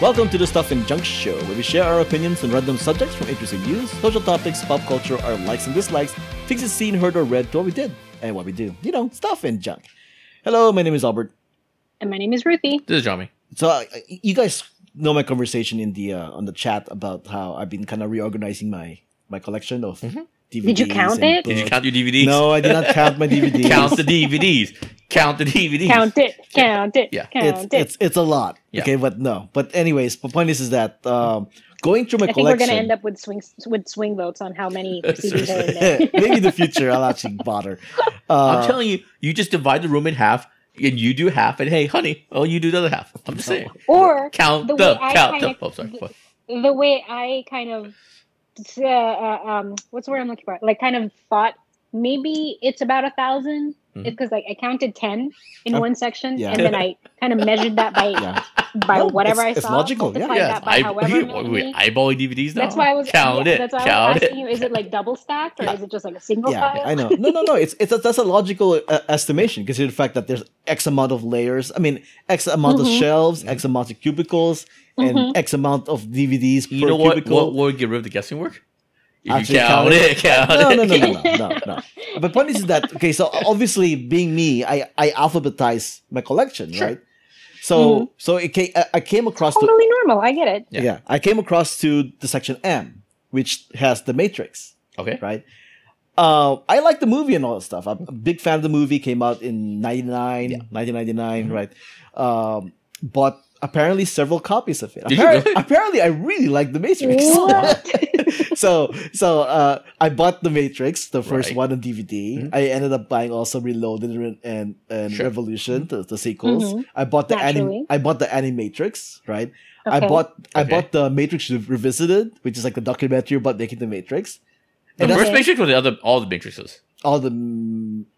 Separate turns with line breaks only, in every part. Welcome to the Stuff and Junk Show, where we share our opinions on random subjects from interesting news, social topics, pop culture, our likes and dislikes, things that's seen, heard, or read to what we did and what we do. You know, stuff and junk. Hello, my name is Albert.
And my name is Ruthie.
This is Jami.
So uh, you guys know my conversation in the uh, on the chat about how I've been kind of reorganizing my my collection of DVDs.
Mm-hmm. Did you count
and
it?
Did you
books.
count your DVDs?
No, I did not count my DVDs.
Count the DVDs. Count the DVDs.
Count it, count it,
Yeah.
count
it's
it.
it's it's a lot.
Yeah.
Okay, but no. But anyways, the point is is that um, going through my
I think we're
collection.
going to end up with swing with swing votes on how many CDs are in there.
Maybe in the future I'll actually bother. Uh,
I'm telling you, you just divide the room in half, and you do half, and hey, honey, oh, you do the other half. I'm just saying.
Or
Count
The
the,
way I
count the.
kinda-
Oh, sorry. What?
the way I kind of uh, uh, um, what's the word I'm looking for? Like, kind of thought maybe it's about a 1000
Mhm.
It's because like I counted ten in
Uh,
one section,
Mm-hmm. yeah.
and then I kind of measured that by
Yeah.
by
No,
whatever
it's-
I
it's
saw.
logical, yeah.
multiplied
Yeah,
that by
I,
however
we,
many.
we eyeballing DVDs now.
that's why I was
count
yeah,
it.
That's why I was
count
asking
it.
you: Is it like double stacked or
Yeah.
is it just like a single
yeah,
file?
I know. No, no, no. It's it's that's a logical uh, estimation considering the fact that there's X amount of layers. I mean, X amount of
Mhm.
shelves, X amount of cubicles, and
Mhm.
X amount of DVDs
You
per
know what?
cubicle.
What what would get rid of the guessing work? If
Actually,
you count
count
it, count
no,
it.
no, no, no, no, no, no. But point is that okay. So obviously, being me, I I alphabetize my collection,
Sure.
right? So so it came, I I came across to
Totally normal. I get it.
Yeah.
yeah. I came across to the section M, which has the Matrix,
Okay.
right? Uh, I like the movie and all that stuff. I'm a big fan of the movie. Came out in 99,
Yeah.
1999,
Mhm.
right? Um, but apparently several copies of it.
Did you
Apparent-
really?
Apparently, I really like the Matrix. so so uh, I bought the Matrix, the first
Right.
one on DVD.
Mhm.
I ended up buying also Reloaded and and, and
Sure. Mm-hmm.
Revolution, the, the sequels.
Mhm.
I bought the
Naturally.
anim- I bought the Animatrix, right? I
Okay.
bought I
Okay.
bought the Matrix Re- Revisited, which is like a documentary about making the Matrix.
The
And
Okay.
that's
first Matrix or the other, all the Matrixes?
all the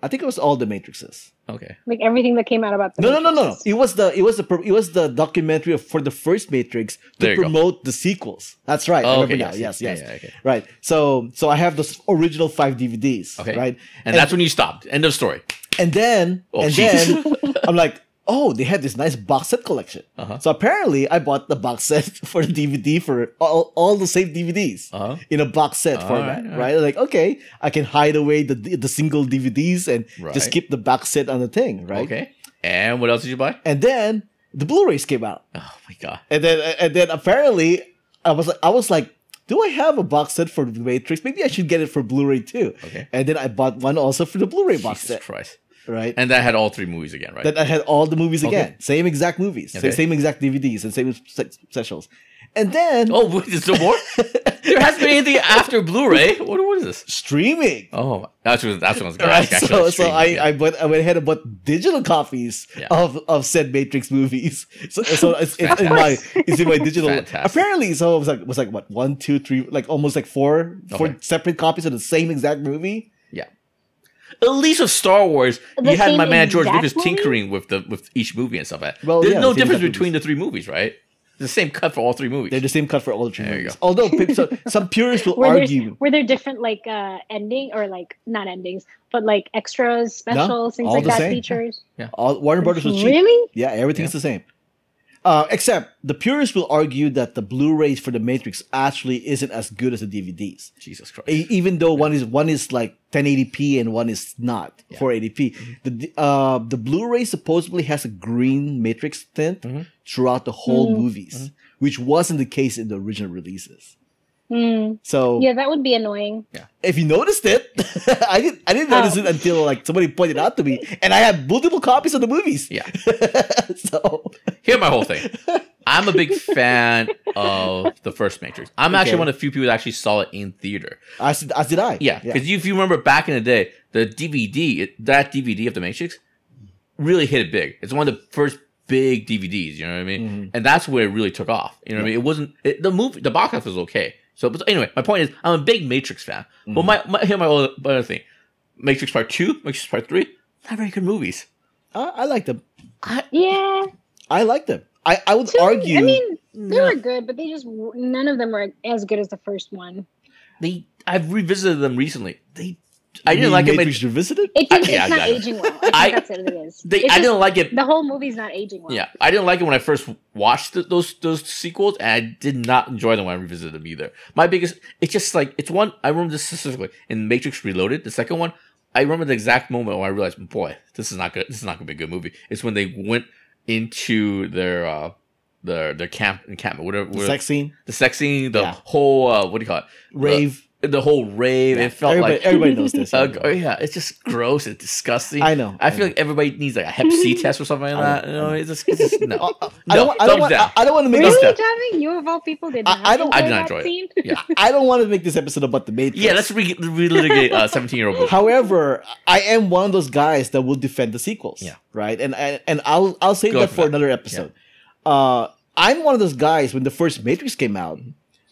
I think it was all the Matrixes.
Okay.
like everything that came out about the
No, no, no, no, no.
Matrix.
It was the it was the pro- it was the documentary of, for the first Matrix
There
to
you go.
promote the sequels. That's right. I
Oh,
remember
okay.
now. Yes, yes.
Yeah, yeah, okay.
Right. So so I have the original five DVDs.
Okay.
Right.
And that's when you stopped. End of story.
And then
Oh,
and
jeez.
then I'm like, oh, they had this nice box set collection.
Uh-huh.
So apparently I bought the box set for the DVD for all, all the same DVDs
Uh-huh.
in a box set
All
format.
right,
Right,
all right.
Like, okay, I can hide away the the single DVDs and just
Right.
keep the box set on the thing, right?
Okay. And what else did you buy?
And then the Blu-rays came out.
Oh my god.
And then and then apparently I was like I was like, do I have a box set for the Matrix? Maybe I should get it for Blu-ray too.
Okay.
And then I bought one also for the Blu-ray box
Jesus
set,
Christ.
right?
And that had all three movies again, right?
That I had all the movies
Okay.
again, same exact movies, sa-
Okay.
same, exact DVDs, and same se- specials. And then
oh, wait, there's no more? there hasn't been anything after Blu-ray. What, what is this?
streaming.
Oh, that's what, that's what I was going to
Right,
ask.
so, so I,
yeah.
I, went, I went ahead and bought digital copies
Yeah.
of, of said Matrix movies. So, so it's, it's in my
Fantastic.
it's in my digital.
Fantastic.
Apparently, so it was like it was like what one, two, three, like almost like four four
Okay.
separate copies of the same exact movie.
At least with Star Wars,
The
you had my
same
man George
exact
Lucas
movie?
tinkering with the with each movie and stuff. like that.
Well,
There's
yeah,
no
the same
difference
exact
between the three movies, right? It's the same cut for all three movies.
They're the same cut for all the three
There you
movies.
go.
Although pe- so, some purists will
were
argue.
there, were there different like uh ending or like not endings but like extras specials things
all
like
the
that
same.
features
All Warner Brothers was cheap.
really
Yeah, everything's the same. Uh, except the purists will argue that the Blu-rays for the Matrix actually isn't as good as the DVDs,
Jesus Christ.
E- even though one is one is like 1080p and one is not
Yeah.
480p. The d- uh, the Blu-ray supposedly has a green Matrix tint
Mhm.
throughout the whole
Mm.
movies, which wasn't the case in the original releases.
Hmm.
So
yeah that would be annoying
if you noticed it, I didn't. I didn't
Oh.
notice it until like somebody pointed out to me, and I had multiple copies of the movies.
Yeah.
so
Here's my whole thing. I'm a big fan of the first Matrix. I'm
Okay.
actually one of the few people that actually saw it in theater.
as, as did I.
Yeah, because if you remember back in the day, the DVD, it, that DVD of The Matrix, really hit it big. It's one of the first big DVDs. You know what I mean?
Mhm.
And that's where it really took off. You know what I mean? It wasn't it, the movie. The box office was okay. So, but anyway, my point is, I'm a big Matrix fan. But
Mhm.
my, my here's my other, my other thing: Matrix Part Two, Matrix Part Three, not very good movies.
I, I like them.
yeah
I like them. I, I would
two-
argue.
i mean they
No.
were good but they just w- none of them were as good as the first one
They I've revisited them recently. They I didn't like
Maybe
it. but
we should visit it.
It just,
I- yeah,
it's not
I got it.
aging well. I think
I-
that's what it is.
They,
It's
I
just-
didn't like it.
the whole movie's not aging well.
Yeah, I didn't like it when I first watched th those those sequels, and I did not enjoy them when I revisited them either. My biggest, it's just like it's one. I remember this specifically in Matrix Reloaded, the second one. I remember the exact moment when I realized, boy, this is not good. This is not gonna be a good movie. It's when they went into their uh their their camp encampment, whatever,
The
where-
sex scene,
the sex scene, the
Yeah.
whole uh, what do you call
rave.
it? The whole rave. It felt
everybody,
like
everybody knows this.
uh, oh yeah, it's just gross and disgusting.
I know.
I feel like everybody needs like a Hep C test or something like
I
that.
know,
You
I
know, it's just, it's just no.
Uh, uh, I don't.
No,
want- I don't
thumbs
want.
down.
I, I don't want to make.
Really,
This,
Thumbs
Johnny? You of all people did
I-
not.
I don't-
I did not
that
enjoy it.
Scene?
I don't want to make this episode about the Matrix.
Yeah, let's re- relitigate uh, seventeen year old.
However, I am one of those guys that will defend the sequels.
Yeah.
Right. And and, and I'll I'll save
Go
that
for
for
that.
another episode. Uh, I'm one of those guys when the first Matrix came out.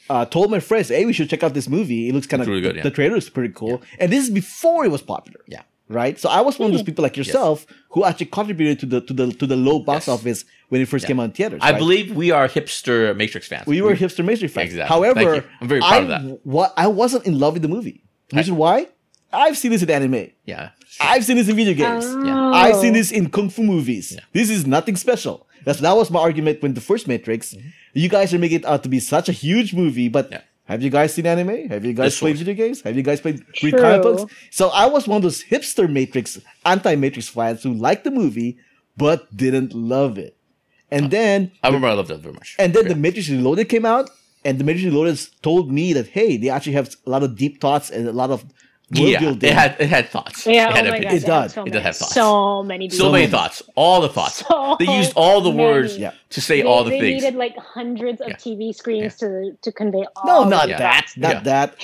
Uh, told my friends, "Hey, we should check out this movie. It looks kind of
It's really good,
The,
yeah.
the trailer is pretty cool." And this is before it was popular.
Yeah. Mm.
Right. So I was one of those people like yourself who actually contributed to the to the to the low box
Yes.
office when it first
Yeah.
came out in theaters.
I
right?
believe we are hipster Matrix fans.
we were hipster Matrix fans.
Exactly. Thank
However,
you. I'm very proud
I
of that.
wa- I wasn't in love with the movie. The
I-
reason why? I've seen this in anime.
Yeah,
I've seen this in video games.
Oh.
I've seen this in kung fu movies.
Yeah.
This is nothing special. That's that was my argument when the first Matrix. You guys are making it out to be such a huge movie, but
Mm-hmm. Yeah.
have you guys seen anime? Have you guys
This
played
one.
video games? Have you guys played read
True.
comic books? So I was one of those hipster Matrix, anti-Matrix fans who liked the movie but didn't love it. And then
I remember I loved that very much.
and then
Yeah.
the Matrix Reloaded came out, and the Matrix Reloaded told me that hey, they actually have a lot of deep thoughts and a lot of world
yeah,
building.
it had it had thoughts.
Yeah.
it had
oh my god.
opinions.
It does.
So
It does
many,
have thoughts.
So many.
So,
people.
many thoughts, all the thoughts.
So
they used all the
many.
words
Yeah.
to say
They-
all the
they
things.
needed like hundreds of
Yeah.
TV screens to to convey all.
no,
of
not
it.
Yeah.
that, not
Yeah.
that.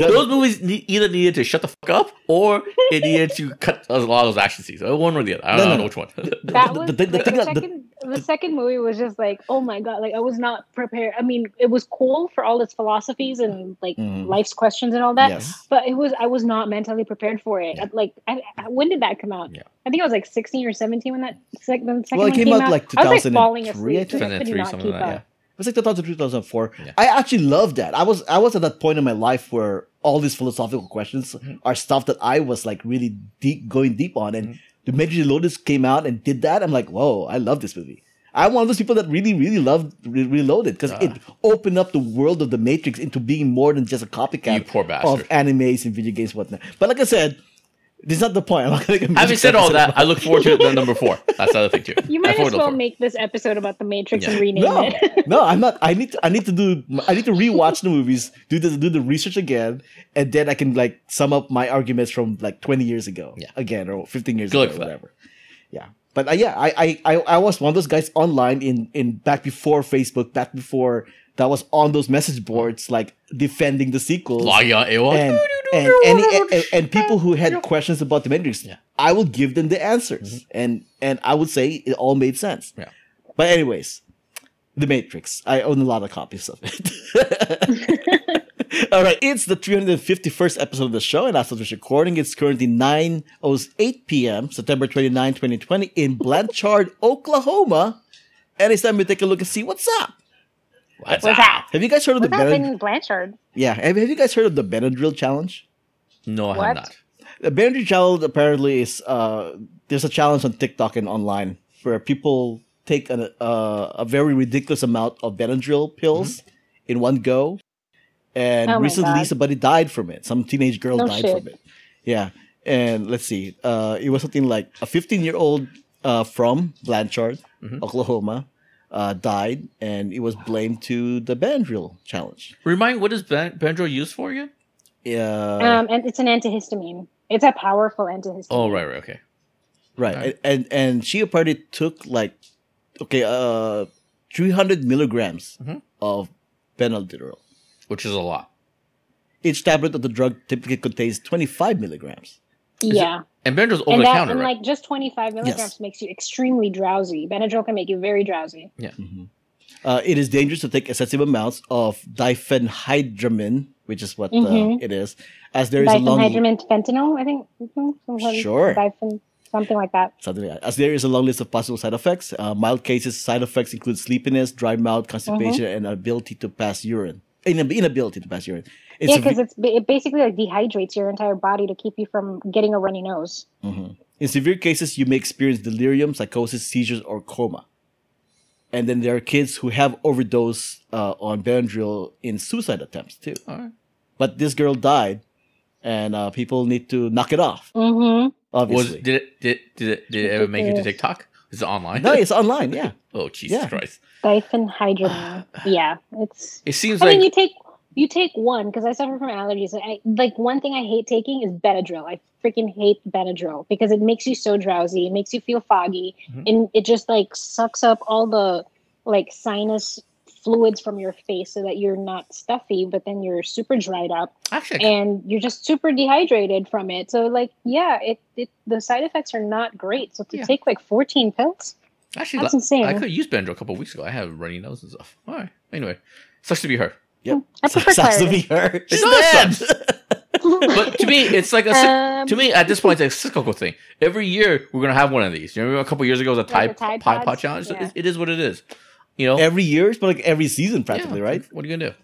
The-
those movies ne- either needed to shut the fuck up or it needed to cut a lot of those action scenes. Uh, One or the other. I
No,
don't
no,
know
no.
which one.
That
the-
was
the-
the,
the- the
like,
thing
the
that- the-
second. The, second movie was just like, oh my god! Like I was not prepared. I mean, it was cool for all its philosophies and like
Mhm.
life's questions and all that.
yes.
but it was I was not mentally prepared for it.
Yeah.
Like, I, I- when did that come out?
Yeah.
I think I was like sixteen or seventeen when that sec- when the second
Well, it
one
came out, like,
I was like falling
2003, I
asleep. 'cause I could
2003,
not
something
keep
like that,
up.
It was like 2003, 2004.
Yeah.
I actually loved that. I was I was at that point in my life where all these philosophical questions
Mhm.
are stuff that I was like really deep going deep on. And
Mhm.
the Matrix Reloaded came out and did that. I'm like, whoa, I love this movie. I'm one of those people that really, really loved Re- Reloaded because
Ah.
it opened up the world of the Matrix into being more than just a
you
copycat
poor
of
bastard.
animes and video games, whatnot. But like I said, this is not the point. I'm not going to
Having said all that, I look forward to the number four. That's the other thing too.
You
I
might
forward
as
to
well
four.
make this episode about the Matrix
Yeah.
and rename
No,
it.
no, I'm not. I need to. I need to do. I need to rewatch the movies, do the do the research again, and then I can like sum up my arguments from like 20 years ago,
Yeah.
again or 15 years
Good luck
ago,
for that.
whatever. Yeah, but uh, yeah, I, I I I was one of those guys online in in back before Facebook, back before that was on those message boards, like defending the sequels
Login AWOL.
and and, any, and and people who had questions about the Matrix,
Yeah. Mm-hmm.
I would give them the answers, and and I would say it all made sense.
Yeah.
But anyways, the Matrix. I own a lot of copies of it. all right, it's the 351st episode of the show, and as of this recording, it's currently oh, 9:08 p.m., September 29, 2020, in Blanchard, Oklahoma. And it's time we take a look and see what's up.
What's
What's
that?
Have you guys heard of
What's
the
happening
Benadryl?
in Blanchard?
Yeah, have, have you guys heard of the Benadryl challenge?
No, I
What?
have not.
The boundary challenge apparently is uh, there's a challenge on TikTok and online where people take an, uh, a very ridiculous amount of Benadryl pills in one go, and
Mm-hmm. Oh my
recently
God.
somebody died from it. Some teenage girl
No
died
shit.
from it. Yeah, and let's see, uh, it was something like a 15 year old uh, from Blanchard,
Mm-hmm.
Mhm.
Oklahoma, uh, died, and it was blamed to the Benadryl challenge.
Remind what is ben- Benadryl used for again?
Yeah,
Um, and it's an antihistamine. It's a powerful antihistamine.
Oh right, right, okay.
Right.
Right.
And, and and she apparently took like okay, uh 300 milligrams
Mhm.
of Benadryl.
Which is a lot.
Each tablet of the drug typically contains 25 milligrams.
yeah,
And Benadryl's over
and
the
that
counter,
and
right?
like just twenty five milligrams makes you extremely drowsy. Benadryl can make you very drowsy.
Uh, it is dangerous to take excessive amounts of diphenhydramine, which is what uh,
Mhm.
it is, as there is a long
Diphenhydramine fentanyl, I think. Mhm, something-
Sure.
Diphen, something like that.
something like- as there is a long list of possible side effects.
Uh-huh.
Uh, mild cases side effects include sleepiness, dry mouth, constipation, and ability to pass urine. inab- inability to pass urine. It's
Yeah,
a ve-
because it's ba- it basically like dehydrates your entire body to keep you from getting a runny nose.
Mhm. In severe cases, you may experience delirium, psychosis, seizures, or coma. And then there are kids who have overdosed uh, on Benadryl in suicide attempts too.
All right.
But this girl died, and uh, people need to knock it off.
Mm-hmm.
Was
Obviously,
did it did did it, did it ever make it to TikTok? Is it online?
no, it's online. Yeah,
oh Jesus
yeah.
Christ!
Diphenhydramine. yeah, it's.
It seems
I
like
mean, you take you take one because I suffer from allergies. And I like one thing I hate taking is Benadryl. I freaking hate Benadryl because it makes you so drowsy. It makes you feel foggy,
Mhm.
and it just like sucks up all the like sinus fluids from your face so that you're not stuffy, but then you're super dried up.
actually I
and you're just super dehydrated from it. So like, yeah, it, it the side effects are not great. So to
Yeah.
take like 14 pills,
Actually,
that's
la-
insane.
I
I,
could have used Benadryl a couple of weeks ago. I have runny nose and stuff. All right. Anyway, sucks to be her.
prefer
Sucks to be
Claritin.
her. She's
awesome.
dead.
But to me, it's like a sick-
um,
to me at this point it's a cyclical thing. Every year we're gonna have one of these. You remember a couple of years ago was a Tide,
the Tide
Tide Pod
Pods?
challenge.
Yeah.
It, it is what it is. You know,
every year, but like every season, practically,
Yeah,
right?
What are you gonna do?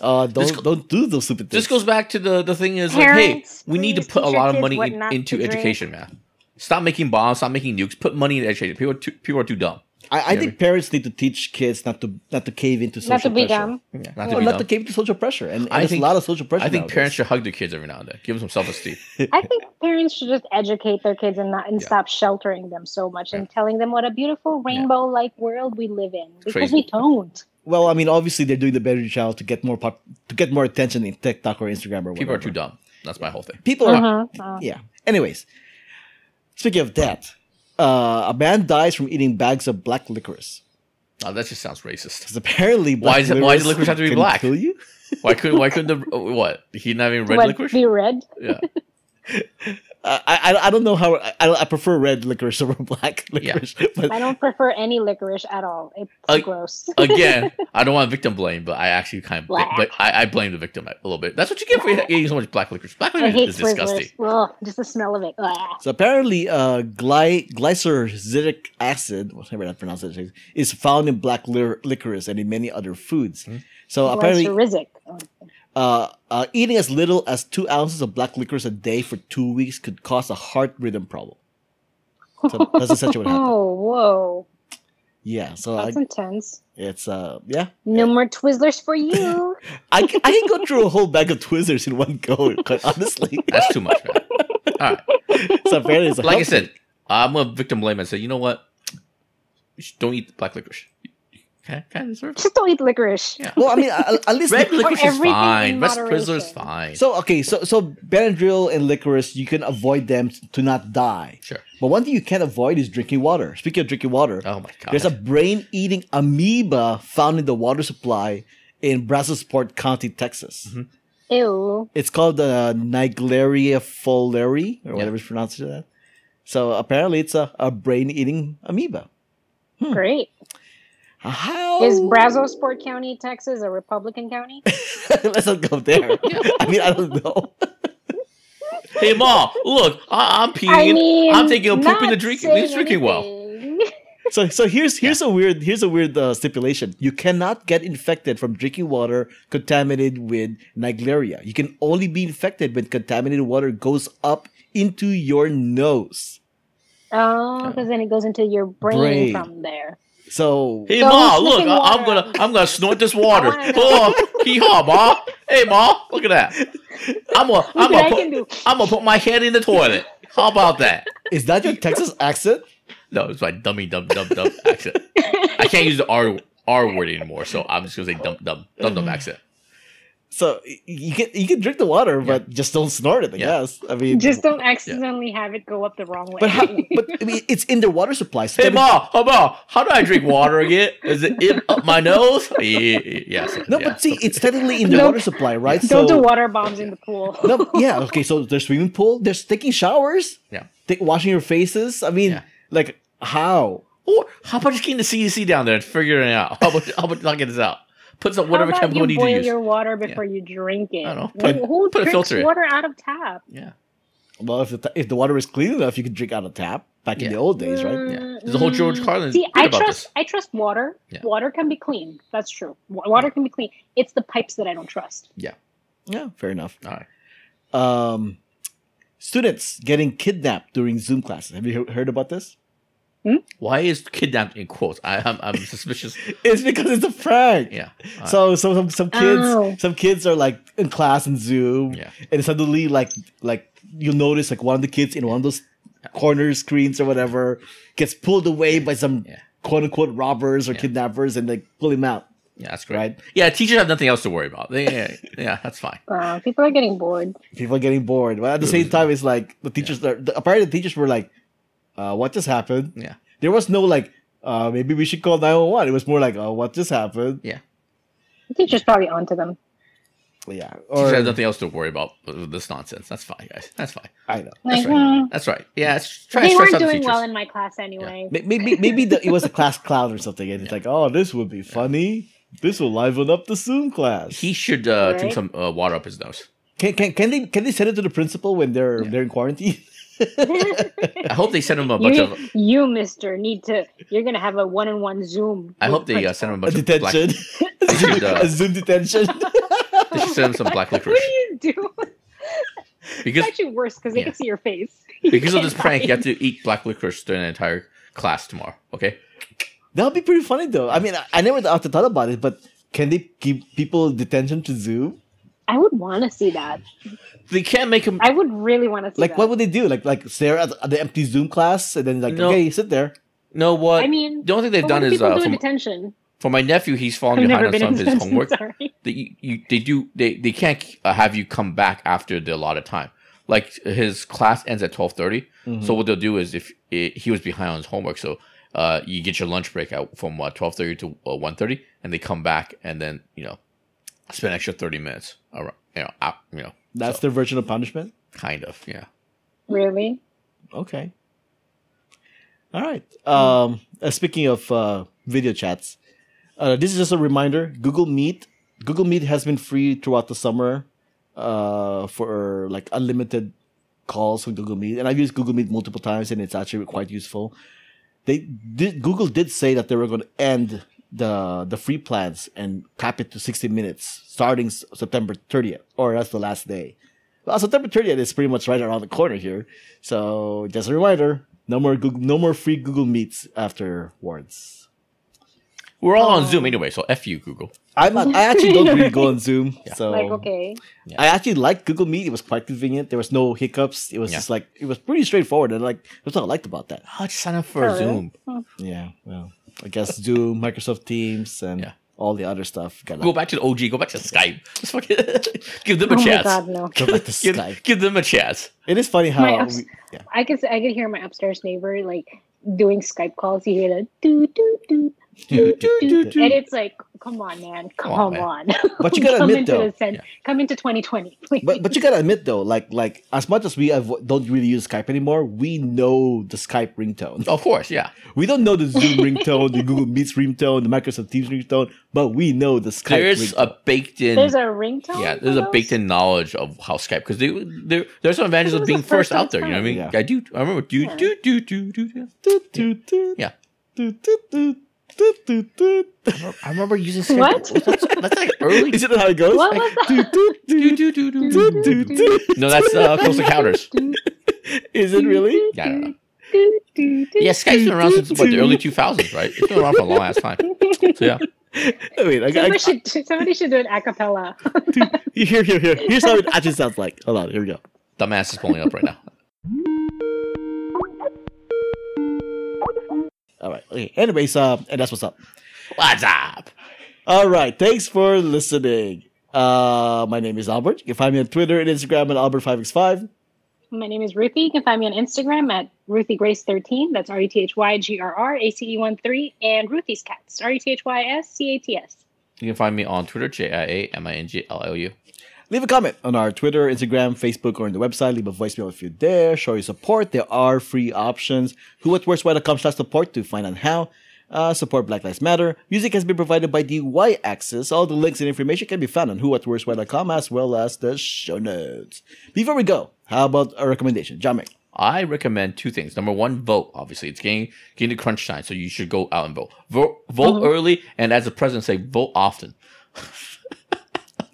Uh, don't
go-
don't do those stupid things.
This goes back to the the thing is like, hey,
Parents,
we need to
please
put a
teach your
lot of
kids
money
what
in,
not
into
to drink.
education, man. Stop making bombs. Stop making nukes. Put money in education. People are too, people are too dumb.
I, I
Yeah.
think parents need to teach kids not to not to cave into social
not to be
pressure.
dumb.
Yeah, not to
Well,
be
not
dumb.
to cave into social pressure, and, and
I
there's
think-
a lot of social pressure.
I think
nowadays.
parents should hug their kids every now and then. Give them some self esteem.
I think parents should just educate their kids and not and
Yeah.
stop sheltering them so much and telling them what a beautiful rainbow like world we live in because
Crazy.
we don't.
Well, I mean, obviously they're doing the better child to get more pop- to get more attention in TikTok or Instagram or whatever.
People are too dumb. That's my whole thing.
People are
Uh-huh. Uh,
yeah. Anyways, speaking of that, uh, a man dies from eating bags of black licorice
Oh, that just sounds racist.
because apparently black
Why is it- why does licorice have to be
can
black?
Kill you?
Why couldn't why couldn't the oh, what he not even red
what,
licorice?
Be red.
Yeah,
I, I I don't know how I, I prefer red licorice over black licorice, but
I don't prefer any licorice at all. It's
Uh,
gross.
again, I don't want victim blame, but I actually kind of
Black.
but I, I blame the victim a little bit. That's what you get for eating so much black licorice. Black
I
licorice
hate
is disgusting.
Twizzlers. Ugh, just the smell of it. Ugh.
So apparently, uh, gly- glyceric acid, whatever that pronunciation is, is found in black lir- licorice and in many other foods.
Hmm.
So apparently,
Glycerizic.
uh, uh, eating as little as two ounces of black licorice a day for two weeks could cause a heart rhythm problem. So that's essentially what happened.
Oh, whoa.
Yeah. So I,
That's intense.
it's uh, yeah.
No more Twizzlers for you.
I, c- I can go through a whole bag of Twizzlers in one go. Quite honestly.
That's too much, man. All right.
so apparently, it's a
Like I
health-
said, I'm a victim blame and say, you know what? You should- Don't eat black licorice. Kind of deserve it.
Just don't eat licorice.
Yeah.
Well, I mean, at at least
Red licorice is
everything in
fine. Red
moderation.
Twizzler is fine.
So okay, so so Benadryl and licorice, you can avoid them to not die.
sure.
But one thing you can't avoid is drinking water. Speaking of drinking water,
Oh my god.
there's a brain-eating amoeba found in the water supply in Brazosport County, Texas.
Mhm.
Ew.
It's called the uh, Nigleria fowleri, or
Yeah.
whatever it's pronounced as that. So apparently, it's a, a brain-eating amoeba.
Hmm.
Great.
How
Is Brazosport County, Texas, a Republican county?
Let's not go there.
Yeah.
I mean, I don't know.
hey mom, look, I- I'm peeing.
I mean,
I'm taking a poop in the
not
drink.
saying
He's drinking well.
anything.
So, so here's here's a weird here's a weird uh, stipulation. You cannot get infected from drinking water contaminated with Nigleria. You can only be infected when contaminated water goes up into your nose.
Oh, because then it goes into your
Brain.
brain, from there.
So,
Hey
So
ma,
who's
look,
drinking
I- I'm
water?
gonna I'm gonna snort this water.
wanna know.
Oh, hee haw, ma. Hey ma, look at that. I'm gonna I'm
Look what I
gonna
can
put,
do.
I'm gonna put my head in the toilet. How about that?
is that your Texas accent?
No, it's my dummy dumb dumb dumb accent. I can't use the R R word anymore, so I'm just gonna say dumb dumb dumb dumb accent.
So y- you can you can drink the water, but just don't snort it. I
Yeah.
guess. I mean,
Just don't accidentally have it go up the wrong way.
but how, but I mean, it's in their water supply. So
Hey
that means-
ma, how about how do I drink water again? Is it in up my nose? Yeah, yeah, so-
no,
yeah,
but see,
so-
it's technically in their
No.
water supply, right?
don't
So-
do water bombs in the pool.
no, yeah, okay. So there's swimming pool. There's taking showers.
Yeah.
take, washing your faces. I mean,
Yeah.
like how?
Or how about just getting the CDC down there and figuring it out? How about how about not get this out? Put some whatever
How about
chemical
you
you need to
boil
use.
your water before you drink it.
I don't know.
Who-
Put-
Who
put a
drinks
filter in.
water out of tap?
Yeah.
Well, if the, if the water is clean enough, you can drink out of tap. back in
Yeah.
the old days, right?
Yeah. There's a whole George
Mm.
Carlin.
See,
bit
I
about
trust
this.
I trust water.
Yeah.
Water can be clean. That's true. Wa- Water can be clean. It's the pipes that I don't trust.
Yeah, fair enough.
All right.
Um, students getting kidnapped during Zoom classes. Have you he- heard about this?
Why is kidnapped in quotes? I, I'm, I'm suspicious.
It's because it's a prank.
Yeah. All right.
So, so some some kids
Oh.
some kids are like in class in Zoom,
Yeah.
and suddenly like like you'll notice like one of the kids in one of those corner screens or whatever gets pulled away by some
Yeah.
quote unquote robbers or
Yeah.
kidnappers and they pull him out.
Yeah, that's great.
Right?
Yeah, teachers have nothing else to worry about. They, yeah, yeah, that's fine.
Uh, people are getting bored.
People are getting bored, but at the same time, it's like the teachers are the, apparently the teachers were like, uh, "What just happened?"
Yeah.
There was no like, uh, maybe we should call nine one one. It was more like, "Oh, what just happened?"
The teacher's probably onto them.
Yeah,
Teachers have
or
nothing else to worry about with this nonsense. That's fine, guys. That's fine.
I know.
Like,
right.
hmm,
That's right. Yeah, it's, try
they
to stress
weren't
out the
doing
teachers.
well in my class anyway.
May- Maybe maybe the, it was a class clown or something, and it's like, "Oh, this would be funny. This will liven up the Zoom class."
he should uh, drink
Right?
some uh, water up his nose.
Can, can can they can they send it to the principal when they're
Yeah.
they're in quarantine?
I hope they send him a bunch
you,
of.
you, Mister, need to. You're gonna have a one-on-one Zoom.
I
with
hope they uh, send him a
A
bunch of black.
detention,
They should, uh,
a Zoom detention.
they should send him some black
principal. What
licorice
do you do?
because
It's actually worse because they
Yeah.
can see your face. You
because of
can't
this prank. You
hide.
have to eat black licorice during the entire class tomorrow. Okay.
that would be pretty funny though. I mean, I, I never thought, thought about it, but can they keep people detention to Zoom?
I would want to see that.
They can't make him.
I would really want to see
Like,
that.
what would they do? Like, like stare at at the empty Zoom class and then like,
No.
okay, sit there.
No, what?
I mean,
the only thing they've
but what
done
do
is
people
uh,
do in
for,
detention.
for my nephew, he's falling
I've
behind
never
on
been in
some of his
detention.
homework.
Sorry.
that you, you they do they they can't uh, have you come back after the allotted time. Like his class ends at twelve
Mm-hmm.
so what they'll do is if it, he was behind on his homework, so uh, you get your lunch break out from uh, twelve thirty to uh, one thirty, and they come back and then you know spend extra thirty minutes around you know out, you know
That's
so-
their version of punishment.
kind of yeah.
Really?
Okay. All right. Um, uh, speaking of uh, video chats, uh, this is just a reminder. Google Meet. Google Meet has been free throughout the summer uh, for like unlimited calls from Google Meet, and I've used Google Meet multiple times, and it's actually quite useful. They did, Google did say that they were going to end the the free plans and cap it to sixty minutes starting S- September thirtieth, or that's the last day. Well, September thirtieth is pretty much right around the corner here. So just a reminder: no more Google, no more free Google Meets afterwards.
We're all on
Oh.
Zoom anyway, so f you Google.
I'm not, I actually don't really go on Zoom,
Yeah.
so
Like, okay.
I actually liked Google Meet. It was quite convenient. There was no hiccups. It was
Yeah.
just like it was pretty straightforward, and like that's what I liked about that.
Oh, just sign up for
Hello.
Zoom.
Yeah, well, I guess Zoom, Microsoft Teams, and
Yeah.
all the other stuff. Got
Go back to the OG. Go back to Skype. Just fucking give them a
oh
chance.
my god, no.
go back to
Give,
Skype.
give them a chance.
It is funny
My
how
ups-
we- yeah.
I could I could hear my upstairs neighbor like doing Skype calls. You hear the do do do do do do,
do.
and it's like, come on, man, come,
on, man.
on.
But you gotta
come
admit,
into
though.
the cen-
Yeah.
come into 2020, please.
But but you gotta admit though, like like as much as we avo- don't really use Skype anymore, we know the Skype ringtone.
Of course, yeah.
We don't know the Zoom ringtone, the Google Meets ringtone, the Microsoft Teams ringtone, but we know the Skype
There's
ringtone.
a baked in.
there's a ringtone.
yeah, there's
for
a
those?
baked in knowledge of how Skype because they there there's some advantages
Because it
of
was
being
the first
first out there.
of
You know what I mean?
its
I do. I remember. Do
Yeah.
do do do do. do.
Toot, toot, toot.
Yeah.
Toot, toot, toot, toot, toot, toot.
I remember using Skype.
What?
That's, that's like early.
Is it how it goes?
What was that?
Toot, toot,
do,
toot,
do, do, do, do.
toot, toot, toot.
No, that's uh, Close Encounters.
Do,
Is it really?
Yeah, I don't know.
do, do, do.
Yeah, Skype's been around since what, the early 2000s, right? It's been around for a long ass time. So yeah,
I mean, I, I,
Somebody should, somebody should do an a cappella.
here, here, here. Here's how it actually sounds like. Hold on, here we go.
dumbass is pulling up right now.
All right. Okay. Anyways, uh, and that's what's up.
What's up?
All right. Thanks for listening. Uh, my name is Albert. You can find me on Twitter and Instagram at Albert5x5.
My name is Ruthie. You can find me on Instagram at RuthieGrace13. That's R U T H Y G R R A C E 1 3. And Ruthie's Cats, R U T H Y S C A T S.
You can find me on Twitter, J I A M I N G L L U.
Leave a comment on our Twitter, Instagram, Facebook, or on the website. Leave a voicemail if you dare. Show your support. There are free options. Who what works why.com slash support to find out how. Uh, support Black Lives Matter. Music has been provided by the Y Axis. All the links and information can be found on whowhatworkswhy.com as well as the show notes. Before we go, how about a recommendation? Jamek.
I recommend two things. Number one, vote. Obviously, it's getting getting to crunch time, so you should go out and vote. Vote, vote
Mhm.
early, and as a president, say vote often.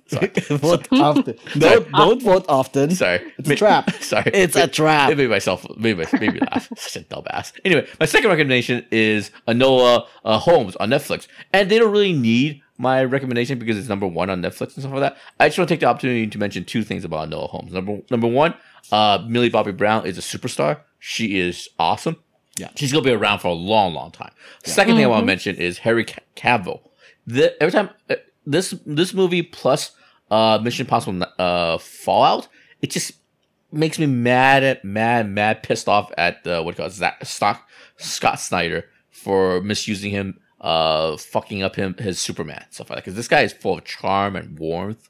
Sorry.
vote often. Don't, don't vote often.
Sorry,
It's a trap.
Sorry,
It's a trap.
It made myself made, my, made me laugh. Such a dumb ass. Anyway, my second recommendation is Anoa uh, Holmes on Netflix, and they don't really need my recommendation because it's number one on Netflix and stuff like that. I just want to take the opportunity to mention two things about Anoa Holmes. Number number one, uh, Millie Bobby Brown is a superstar. She is awesome.
Yeah. Mm-hmm.
she's gonna be around for a long, long time. Second thing I want to
Mhm.
mention is Harry Ca- Cavill. The, every time uh, this this movie plus uh, Mission Impossible uh, Fallout, it just makes me mad at mad mad pissed off at uh, what it calls Zach, Stock, Scott Snyder for misusing him, uh, fucking up him his Superman stuff like that. Because this guy is full of charm and warmth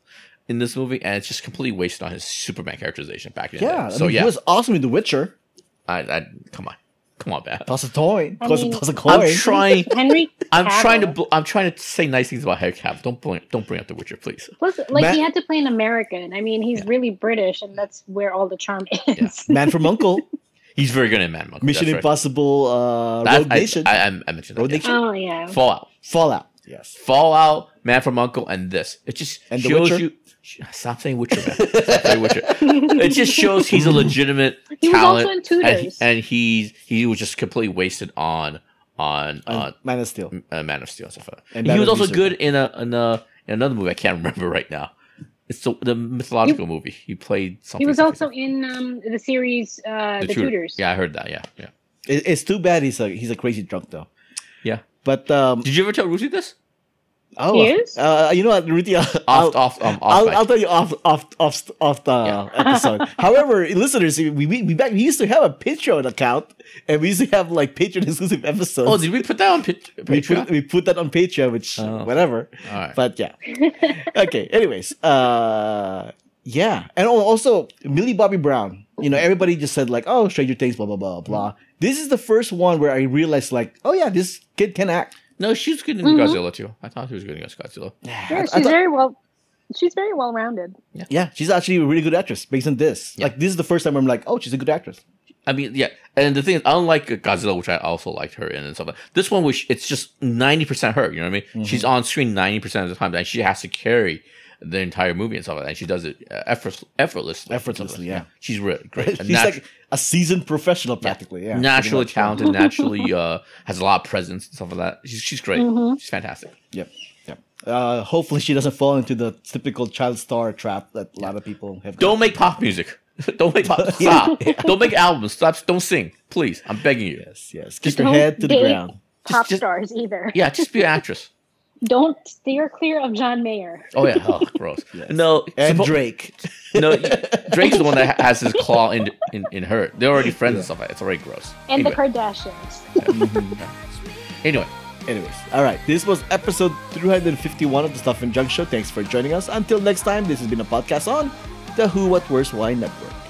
in this movie, and it's just completely wasted on his Superman characterization back in. the
Yeah,
day.
I
so
mean,
yeah,
he was awesome in The Witcher.
I, I come on, come on, man.
Toss a coin.
I
Toss,
mean-
toss a coin.
I'm trying.
Henry.
I'm trying to.
Cavill.
Bl- I'm trying to say nice things about Harry Cavill. Don't bring. Don't bring up The Witcher, please.
Plus, like
Matt-
he had to play an American. I mean, he's really British, and that's where all the charm is.
Man from Uncle,
He's very good in Man Monkey.
Mission
Oh, that's right.
Impossible, uh,
That-
Road
I,
Nation,
I, I, I mentioned that.
Road
yeah.
Nation?
oh yeah.
Fallout.
Fallout. Yes.
Fallout, Man from Uncle, and this. It just
And The
shows
Witcher?
you. Sh- Stop saying Witcher, man. Stop saying Witcher. It just shows he's a legitimate
he was also
talent,
in
and, he,
Tutors.
and he's he was just completely wasted on on
And
on
Man of Steel.
uh, Man of Steel and stuff. like that.
And
he
Battle of
was also
Research.
good in a in a in another movie I can't remember right now. It's the, the mythological movie. He played something.
he was
something.
also in um, the series uh, The,
Tudor.
Tutors.
Yeah, I heard that. Yeah, yeah.
It, it's too bad he's a he's a crazy drunk though.
Yeah.
But um,
Did you ever tell Ruthie this?
oh,
He is?
Uh, you know what, Ruthie? I'll,
Off, off, um, off.
I'll,
mic.
I'll tell you off off off off the
Yeah.
episode. However, listeners, we we we, back, we used to have a Patreon account, and we used to have like Patreon exclusive episodes.
oh, did we put that on Pat-
we
Patreon?
put, we put that on Patreon, which
Oh, okay.
whatever.
All right.
But yeah, okay. Anyways, uh, yeah, and al- also Millie Bobby Brown. You know, everybody just said like, "Oh, Stranger Things," blah blah blah blah. This is the first one where I realized like, "Oh yeah, this kid can act."
No, she was good in
Mhm.
Godzilla too. I thought she was good in Godzilla.
Yeah,
I- I
she's
thought-
very well. She's very well rounded.
yeah, she's actually a really good actress based on this.
Yeah.
Like, this is the first time where I'm like, "Oh, she's a good actress."
I mean, yeah. And the thing is, unlike Godzilla, which I also liked her in and stuff, like this one, which it's just ninety percent her. You know what I mean?
Mhm.
She's on screen ninety percent of the time, and she has to carry the entire movie and stuff like that. And she does it uh, effort, effortlessly. and stuff like
Effortlessly,
that.
yeah.
She's really great.
She's
And natu-
like a seasoned professional, practically. Yeah,
naturally
Pretty much.
talented, naturally uh, has a lot of presence and stuff like that. She's, she's great.
Mhm.
She's fantastic.
Uh, hopefully, she doesn't fall into the typical child star trap that a lot of people have.
Don't make pop music. don't make pop. Stop. Don't make albums. Stop. Don't sing, please. I'm begging you.
Yes, yes. Keep your
Don't
head to the
date
ground.
Pop
just-
stars either.
Yeah, just be an actress.
Don't steer clear of John Mayer.
Oh yeah, oh, gross.
Yes.
No,
And
suppo-
Drake.
No, Drake's the one that has his claw in in, in her. They're already friends and stuff. like that. It's already gross.
And the
anyway,
Kardashians.
anyway,
Anyways, all right. This was episode 351 of the Stuff and Junk Show. Thanks for joining us. Until next time, this has been a podcast on the Who, What, Where's, Why Network.